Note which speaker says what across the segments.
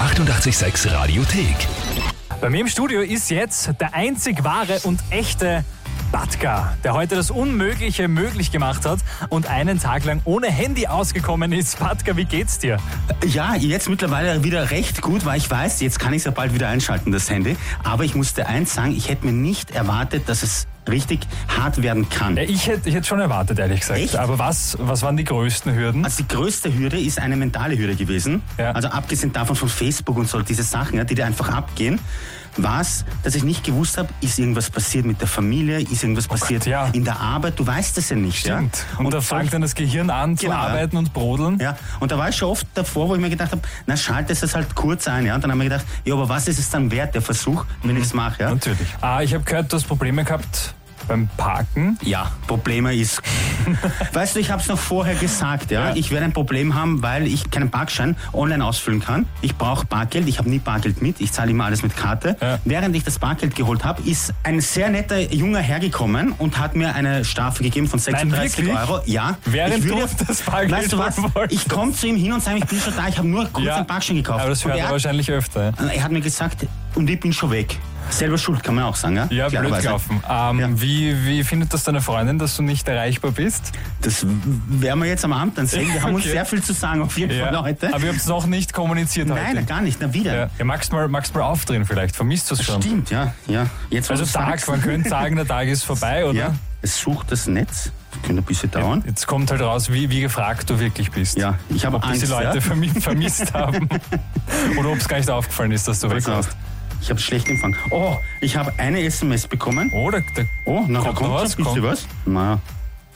Speaker 1: 886 Radiothek.
Speaker 2: Bei mir im Studio ist jetzt der einzig wahre und echte Batka, der heute das Unmögliche möglich gemacht hat und einen Tag lang ohne Handy ausgekommen ist. Batka, wie geht's dir?
Speaker 3: Ja, jetzt mittlerweile wieder recht gut, weil ich weiß, jetzt kann ich es ja bald wieder einschalten, das Handy. Aber ich musste eins sagen, ich hätte mir nicht erwartet, dass es richtig hart werden kann.
Speaker 2: Ja, Ich hätte ich hätt schon erwartet, ehrlich gesagt.
Speaker 3: Echt?
Speaker 2: Aber was, was waren die größten Hürden?
Speaker 3: Also die größte Hürde ist eine mentale Hürde gewesen.
Speaker 2: Ja.
Speaker 3: Also abgesehen davon von Facebook und so diese Sachen, ja, die dir einfach abgehen, war es, dass ich nicht gewusst habe, ist irgendwas passiert mit der Familie, ist irgendwas passiert
Speaker 2: Oh Gott, ja.
Speaker 3: in der Arbeit, du weißt es ja nicht.
Speaker 2: Stimmt.
Speaker 3: Ja?
Speaker 2: Und, da
Speaker 3: so-
Speaker 2: fängt dann das Gehirn an zu
Speaker 3: Genau, ja.
Speaker 2: arbeiten und brodeln.
Speaker 3: Ja, und da war ich schon oft davor, wo ich mir gedacht habe, na schaltest es halt kurz ein, ja. Und dann haben wir gedacht, ja, aber was ist es dann wert, der Versuch, wenn ich es mache, ja?
Speaker 2: Natürlich. Ah, ich habe gehört, du hast Probleme gehabt beim Parken.
Speaker 3: Ja, Probleme ist. weißt du, ich habe es noch vorher gesagt, ja?
Speaker 2: Ja.
Speaker 3: Ich werde ein Problem haben, weil ich keinen Parkschein online ausfüllen kann. Ich brauche Bargeld, ich habe nie Bargeld mit, ich zahle immer alles mit Karte.
Speaker 2: Ja.
Speaker 3: Während ich das Bargeld geholt habe, ist ein sehr netter junger hergekommen und hat mir eine Strafe gegeben von
Speaker 2: Nein,
Speaker 3: 36
Speaker 2: wirklich?
Speaker 3: Euro. Ja,
Speaker 2: Während
Speaker 3: ich würde,
Speaker 2: du das Bargeld
Speaker 3: Weißt du was?
Speaker 2: holen wolltest.
Speaker 3: Ich komme zu ihm hin und sage, ich bin schon da, ich habe nur kurz einen Parkschein gekauft.
Speaker 2: Aber das
Speaker 3: Und
Speaker 2: hört
Speaker 3: er
Speaker 2: er
Speaker 3: hat
Speaker 2: wahrscheinlich öfter.
Speaker 3: er hat mir gesagt, und ich bin schon weg. Selber schuld, kann man auch sagen, ja?
Speaker 2: Ja, blöd
Speaker 3: Klarerweise.
Speaker 2: gelaufen. Ähm,
Speaker 3: Ja.
Speaker 2: wie, wie findet das deine Freundin, dass du nicht erreichbar bist?
Speaker 3: Das werden wir jetzt am Abend dann sehen. Wir haben uns
Speaker 2: Okay.
Speaker 3: sehr viel zu sagen auf jeden Fall heute.
Speaker 2: Aber ihr habt es noch nicht kommuniziert heute.
Speaker 3: Nein, gar nicht, na wieder.
Speaker 2: Ja, ja, magst mal, magst mal aufdrehen vielleicht, vermisst du es schon.
Speaker 3: Stimmt, ja, ja. Jetzt, wo
Speaker 2: Also
Speaker 3: du's
Speaker 2: Tag,
Speaker 3: sagst.
Speaker 2: man könnte sagen, der Tag ist vorbei, oder?
Speaker 3: Ja, es sucht das Netz. Das könnte ein bisschen dauern.
Speaker 2: Jetzt kommt halt raus, wie, wie gefragt du wirklich bist.
Speaker 3: Ja, ich habe
Speaker 2: Ob
Speaker 3: Angst.
Speaker 2: diese Leute
Speaker 3: ja.
Speaker 2: vermi- vermisst haben. oder ob es gar nicht aufgefallen ist, dass du weg
Speaker 3: Pass
Speaker 2: warst.
Speaker 3: auf. Also, Ich habe schlecht empfangen. Oh, ich habe eine SMS bekommen.
Speaker 2: Oder der,
Speaker 3: Oh, na, da
Speaker 2: Kommt noch
Speaker 3: kommt schon
Speaker 2: was?
Speaker 3: ein bisschen
Speaker 2: Kommt.
Speaker 3: was. Na,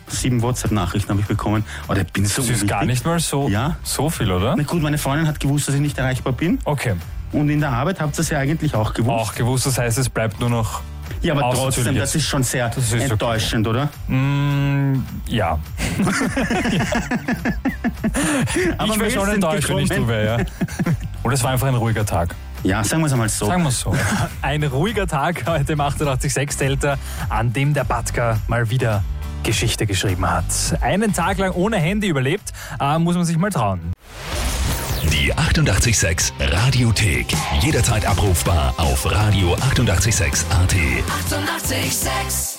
Speaker 3: sieben WhatsApp-Nachrichten habe ich bekommen. Oh, der bin so
Speaker 2: das ist gar
Speaker 3: unwichtig.
Speaker 2: nicht mal so,
Speaker 3: Ja.
Speaker 2: so viel, oder?
Speaker 3: Na gut, meine Freundin hat gewusst, dass ich nicht erreichbar bin.
Speaker 2: Okay,
Speaker 3: Und in der Arbeit habt ihr es ja eigentlich auch gewusst.
Speaker 2: auch gewusst, das heißt, es bleibt nur noch.
Speaker 3: Ja, aber trotzdem,
Speaker 2: Ausführliches.
Speaker 3: das ist schon sehr
Speaker 2: ist okay.
Speaker 3: enttäuschend, oder?
Speaker 2: Mm, ja. ich wäre
Speaker 3: wir
Speaker 2: schon
Speaker 3: sind
Speaker 2: enttäuscht, wenn ich
Speaker 3: gekommen.
Speaker 2: du wäre, ja. Oder es war einfach ein ruhiger Tag.
Speaker 3: Ja, sagen wir es einmal so.
Speaker 2: Sagen wir so. Ein ruhiger Tag heute im 886 Delta, an dem der Batka mal wieder Geschichte geschrieben hat. Einen Tag lang ohne Handy überlebt, äh, muss man sich mal trauen.
Speaker 1: Die 886 Radiothek. Jederzeit abrufbar auf radio886.at. 886!
Speaker 4: 886